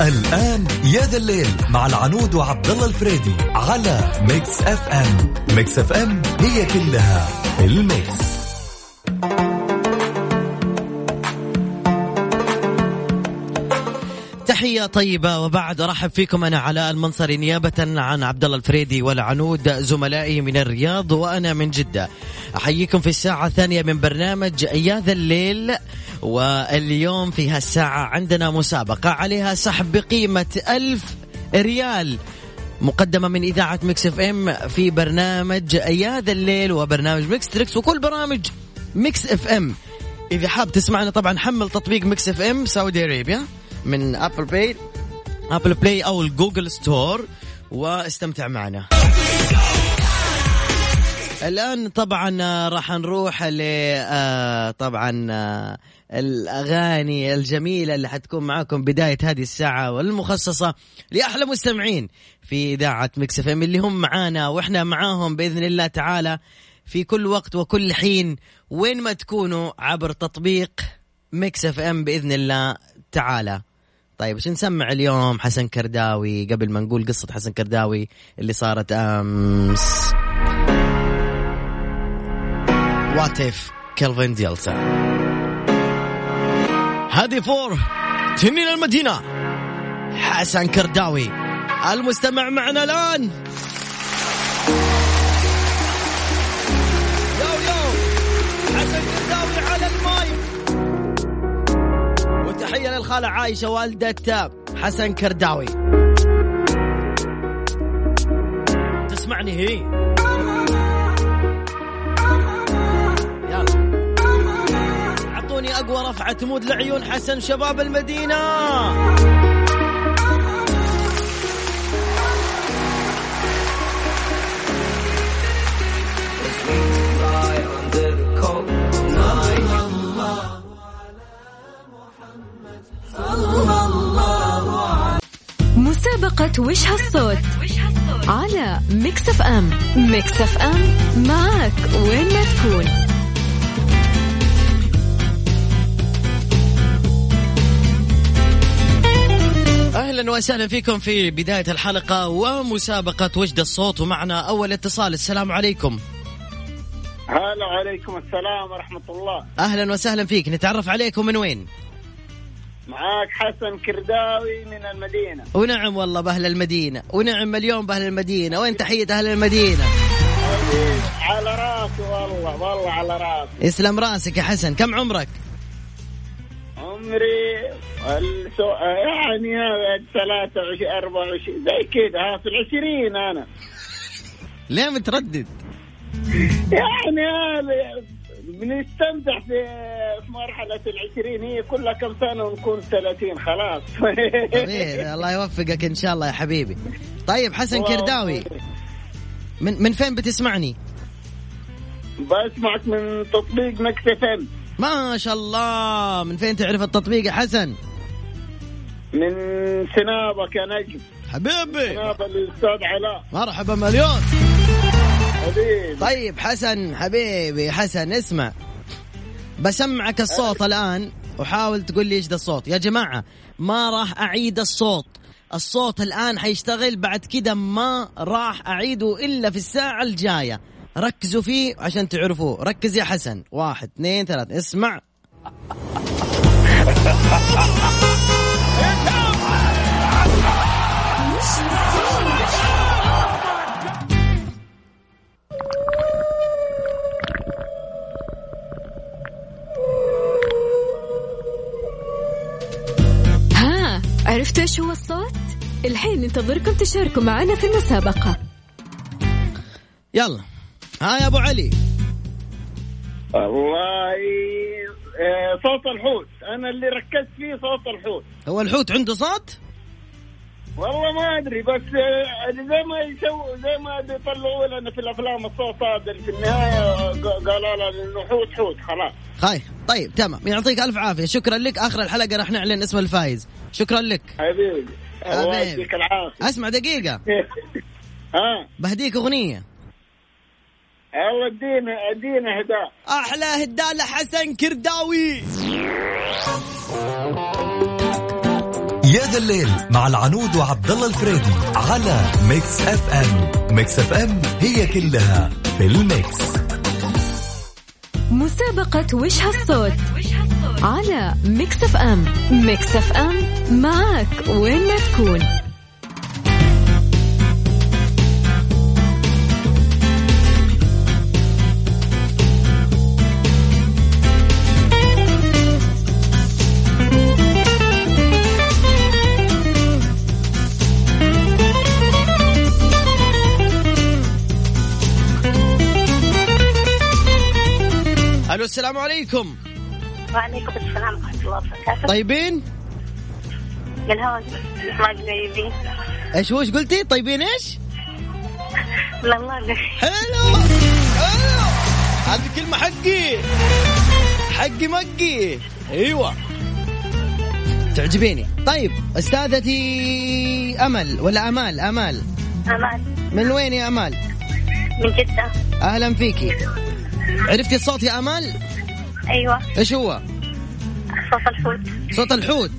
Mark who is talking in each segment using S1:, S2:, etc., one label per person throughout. S1: الآن يا ذا الليل مع العنود وعبد الله الفريدي على ميكس اف ام ميكس اف ام هي كلها الميكس
S2: تحية طيبة وبعد أرحب فيكم أنا علاء المنصري نيابة عن عبد الله الفريدي والعنود زملائي من الرياض وأنا من جدة. أحييكم في الساعة الثانية من برنامج يا ذا الليل واليوم في هالساعة عندنا مسابقة عليها سحب بقيمة ألف ريال مقدمة من إذاعة مكس اف ام في برنامج يا ذا الليل وبرنامج مكس تريكس وكل برامج مكس اف ام إذا حاب تسمعنا طبعا حمل تطبيق مكس اف ام سعودي أريبيا من أبل بلاي أبل بلاي أو الجوجل ستور واستمتع معنا الان طبعا آه، راح نروح ل آه، طبعا آه، الاغاني الجميله اللي حتكون معاكم بدايه هذه الساعه والمخصصه لاحلى مستمعين في اذاعه مكس اف ام اللي هم معانا واحنا معاهم باذن الله تعالى في كل وقت وكل حين وين ما تكونوا عبر تطبيق مكس اف ام باذن الله تعالى طيب ايش نسمع اليوم حسن كرداوي قبل ما نقول قصه حسن كرداوي اللي صارت امس وات اف كلفن ديلتا هذه فور تنين المدينة حسن كرداوي المستمع معنا الآن يو يو حسن كرداوي على المايك وتحية للخالة عايشة والدة حسن كرداوي تسمعني هي يلا اعطوني اقوى رفعه مود لعيون حسن شباب المدينه
S3: مسابقة وش هالصوت على ميكس اف ام ميكس اف ام معك وين ما تكون
S2: اهلا وسهلا فيكم في بدايه الحلقه ومسابقه وجد الصوت ومعنا اول اتصال السلام عليكم
S4: هلا وعليكم السلام ورحمة الله
S2: اهلا وسهلا فيك نتعرف عليك ومن وين
S4: معاك حسن كرداوي من المدينة
S2: ونعم والله باهل المدينه ونعم مليون باهل المدينه وين تحيه اهل المدينه
S4: حبيبي، على راسي والله والله على راسي
S2: يسلم راسك يا حسن كم عمرك
S4: عمري السو... يعني 23 24 زي كذا ها، في العشرين أنا
S2: ليه متردد
S4: يعني هذا بنستمتع في في مرحلة العشرين هي كلها كم سنة ونكون 30 خلاص
S2: طيب، الله يوفقك ان شاء الله يا حبيبي طيب حسن
S4: الله
S2: كرداوي
S4: يوفقك.
S2: من من فين بتسمعني
S4: بسمعك من تطبيق مكسفن
S2: ما شاء الله من فين تعرف التطبيق يا حسن
S4: من سنابك يا نجم
S2: حبيبي
S4: سناب الأستاذ علاء
S2: مرحبا مليون
S4: حبيبي
S2: طيب حسن حبيبي حسن اسمع بسمعك الصوت الان وحاول تقول لي ايش ذا الصوت يا جماعه ما راح اعيد الصوط الصوت الان حيشتغل بعد كده ما راح اعيده الا في الساعه الجايه ركزوا فيه عشان تعرفوه ركز يا حسن واحد اثنين ثلاث اسمع
S3: ها عرفتوا ايش هو الصوت الحين ننتظركم تشاركوا معنا في المسابقة
S2: يلا ها يا ابو علي
S4: والله آه، صوت الحوت انا اللي ركزت فيه صوت الحوت
S2: هو الحوت عنده صوت
S4: والله ما ادري بس آه، زي ما يسووا زي ما بيطلعوا لنا في الافلام الصوت هذا اللي في النهايه آه، قالوا لنا انه حوت حوت خلاص
S2: خاي طيب تمام يعطيك الف عافيه شكرا لك اخر الحلقه راح نعلن اسم الفايز شكرا لك
S4: حبيبي الله
S2: حبيبي.
S4: يديك العافيه
S2: اسمع دقيقه
S4: ها
S2: بهديك اغنيه
S4: الله ادينا ادينا هداء
S2: احلى هداله حسن كرداوي
S1: يا ذا الليل مع العنود وعبد الله الفريدي على ميكس اف ام ميكس اف ام هي كلها في الميكس
S3: مسابقة وش هالصوت على ميكس اف ام ميكس اف ام معك وين ما تكون
S2: الو السلام عليكم
S5: وعليكم السلام ورحمة الله وبركاته
S2: طيبين
S5: من هون ما قريبين
S2: ايش وش قلتي طيبين ايش
S5: من الله قريب.
S2: حلو حلو هذه كلمه حقي حقي مقي ايوه تعجبيني طيب استاذتي امل ولا امال امال
S5: أمان
S2: من وين يا امال
S5: من جدة
S2: اهلا فيكي عرفتي الصوت يا امال
S5: أيوة
S2: ايش هو
S5: صوت الفوت
S2: صوت الحوت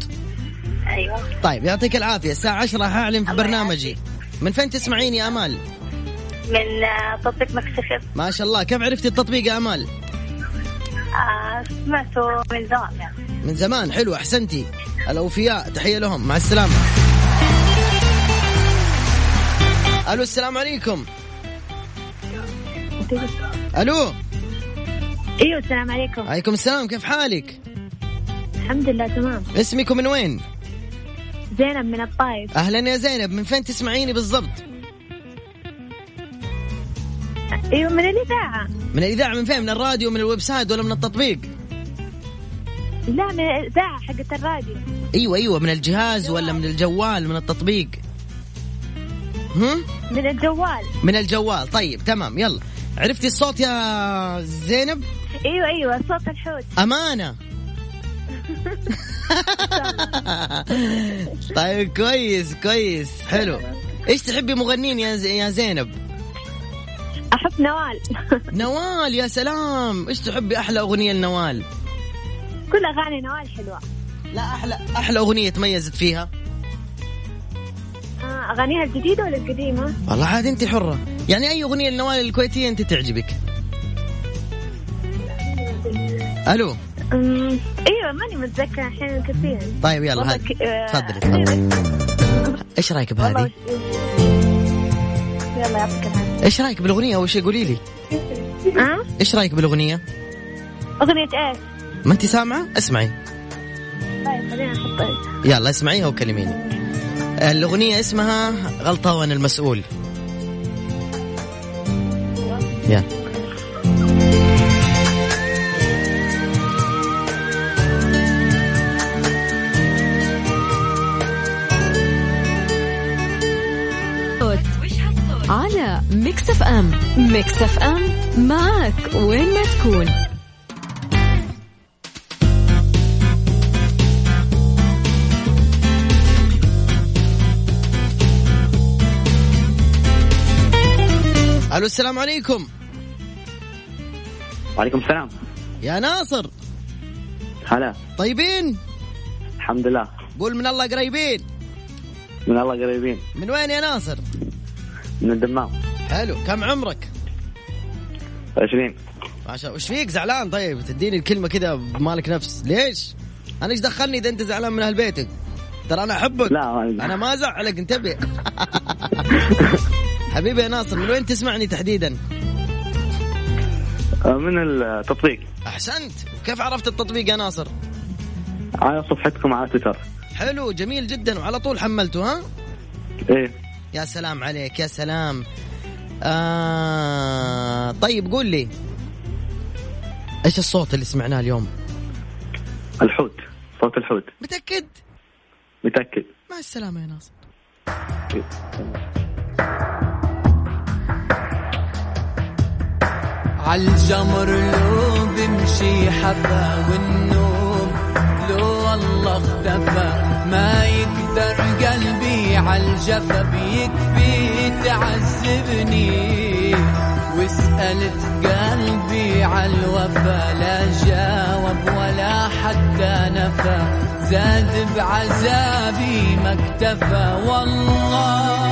S5: أيوة
S2: طيب يعطيك العافيه الساعه 10 هاعلن في برنامجي من فين تسمعين يا امال
S5: من آه، تطبيق مكسفة
S2: ما شاء الله كيف عرفتي التطبيق يا امال
S5: آه، سمعته من زمان يعني.
S2: من زمان حلو احسنتي الاوفياء تحيه لهم مع السلامه الو السلام عليكم الو
S6: ايوه السلام عليكم
S2: عليكم السلام كيف حالك
S6: الحمد لله تمام
S2: اسمك من وين
S6: زينب من الطايف
S2: اهلا يا زينب من فين تسمعيني بالضبط
S6: ايوه من الاذاعه
S2: من الاذاعه من فين من الراديو من الويب سايت ولا من التطبيق
S6: لا من الاذاعه حقت الراديو
S2: ايوه ايوه من الجهاز ولا من الجوال من التطبيق هم
S6: من الجوال
S2: من الجوال طيب تمام يلا عرفتي الصوت يا زينب
S6: ايوه ايوه صوت الحوت
S2: أمانة طيب كويس كويس حلو ايش تحبي مغنين يا ز- يا زينب؟
S6: احب نوال
S2: نوال يا سلام ايش تحبي احلى اغنية لنوال؟
S6: كل اغاني نوال حلوه
S2: لا احلى احلى اغنية تميزت فيها
S6: آه، اغانيها الجديده ولا القديمه
S2: والله عاد انت حرة يعني اي اغنية لنوال الكويتية انت تعجبك الو
S6: أمم، ايوه ماني متذكره الحين كثير
S2: طيب يلا
S6: والله
S2: هذه
S6: ك- آه،
S2: تفضلي تفضلي
S6: أيوة.
S2: ايش رايك
S6: والله
S2: بهذه؟
S6: وش- يلا يعطيك العافيه
S2: ايش رايك بالاغنية اول شيء قولي لي
S6: ها
S2: ايش رايك بالاغنية؟
S6: اغنيه ايش؟
S2: ما انت سامعة؟ اسمعي
S6: طيب خلينا نحط
S2: يلا اسمعيها وكلميني الأغنية اسمها غلطة وأنا المسؤول يلا
S3: صوت على ميكس اف ام ميكس اف ام معك وين ما تكون
S2: ألو السلام عليكم
S7: وعليكم السلام
S2: يا ناصر
S7: هلا
S2: طيبين
S7: الحمد لله
S2: قول من الله قريبين
S7: من الله قريبين
S2: من وين يا ناصر
S7: من الدمام
S2: حلو كم عمرك
S7: 20
S2: ما شاء الله وش فيك زعلان طيب تديني الكلمة كذا بمالك نفس ليش أنا إيش دخلني إذا أنت زعلان من أهل بيتك ترى أنا أحبك
S7: لا
S2: أنا ما أزعلك انتبه حبيبي يا ناصر من وين تسمعني تحديداً
S7: آه، من التطبيق
S2: احسنت وكيف عرفت التطبيق يا ناصر
S7: على صفحتكم على تويتر
S2: حلو جميل جدا وعلى طول حملته ها
S7: ايه
S2: يا سلام عليك يا سلام آه طيب قول لي ايش الصوت اللي سمعناه اليوم
S7: الحوت صوت الحوت
S2: متاكد
S7: متاكد
S2: مع السلامه يا ناصر
S8: عالجمر لو بمشي حفا والنوم لو والله اختفى ما يقدر قلبي عالجفا بيكفي تعذبني وسألت قلبي عالوفا لا جاوب ولا حتى نفى زاد بعذابي ما اكتفى والله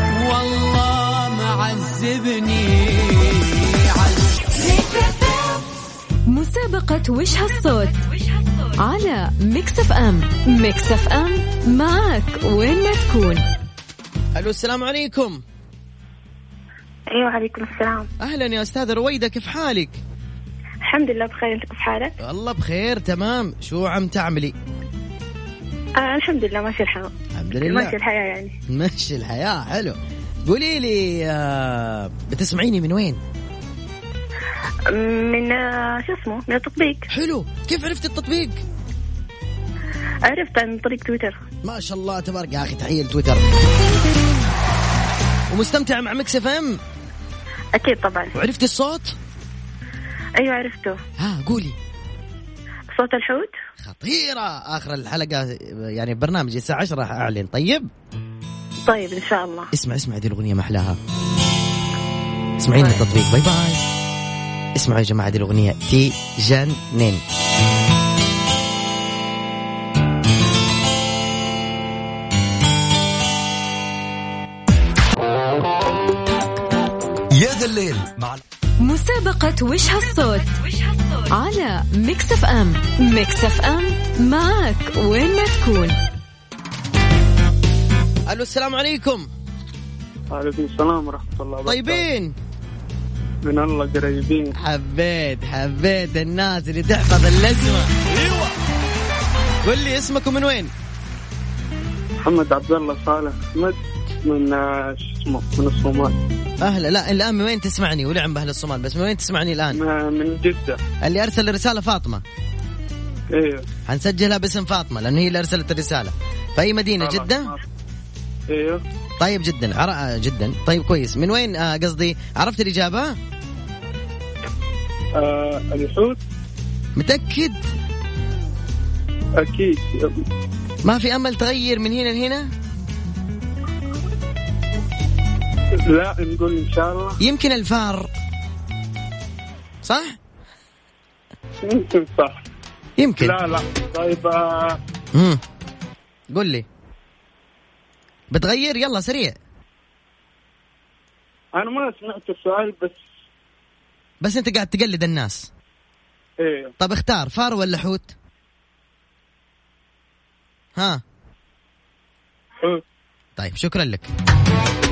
S8: والله معذبني
S3: مسابقة وش هالصوت على ميكس اف ام ميكس اف ام معك وين ما تكون
S2: الو السلام عليكم
S5: ايوه عليكم السلام
S2: اهلا يا استاذه رويده كيف حالك
S5: الحمد لله بخير انت كيف حالك؟
S2: والله بخير تمام شو عم تعملي
S5: آه الحمد لله ماشي الحال
S2: الحمد
S5: ماشي
S2: لله
S5: الحياه يعني
S2: ماشي الحياه حلو قولي لي آه، بتسمعيني من وين
S5: من آه شو اسمه من التطبيق
S2: حلو كيف عرفت التطبيق
S5: عرفت عن طريق تويتر
S2: ما شاء الله تبارك يا اخي تحيه لتويتر ومستمتع مع مكس اف ام
S5: اكيد طبعا
S2: وعرفتي الصوت
S5: ايوه عرفته
S2: ها قولي
S5: صوت الحوت
S2: خطيرة آخر الحلقة يعني برنامج الساعة 10 راح أعلن طيب
S5: طيب ان شاء الله
S2: اسمع اسمع هذه الأغنية محلاها اسمعين التطبيق باي باي اسمعوا يا جماعة هذه الأغنية تي جنن
S1: يا ذا الليل مع
S3: مسابقة وش هالصوت على ميكس اف ام ميكس اف ام معك وين ما تكون
S2: ألو السلام عليكم
S4: وعليكم السلام ورحمه الله وبركاته
S2: طيب. طيبين
S4: من الله قريبين
S2: حبيت حبيت الناس اللي تحفظ اللزمة قول لي اسمك ومن وين
S4: محمد عبد الله صالح احمد من آه، شو اسمه من الصومال
S2: أهلا لا الآن من وين تسمعني ولعن بأهل الصومال بس من وين تسمعني الآن
S4: آه، من جده
S2: اللي أرسل الرسالة فاطمة
S4: ايوه
S2: حنسجلها باسم فاطمة لأنه هي اللي أرسلت الرسالة فأي مدينة جدة؟
S4: ايوه
S2: طيب جدا عر... جدا طيب كويس من وين آه، قصدي عرفت الإجابة؟
S4: آه الحوت
S2: متأكد
S4: اكيد
S2: ما في أمل تغير من هنا لهنا؟
S4: لا نقول ان شاء الله
S2: يمكن الفار صح؟
S4: يمكن صح
S2: يمكن
S4: لا لا طيب آه
S2: مم. قل لي بتغير يلا سريع
S4: انا ما سمعت السؤال بس
S2: بس أنت قاعد تقلد الناس
S4: ايوه
S2: طب اختار فار ولا حوت؟ ها
S4: حوت
S2: طيب شكرا لك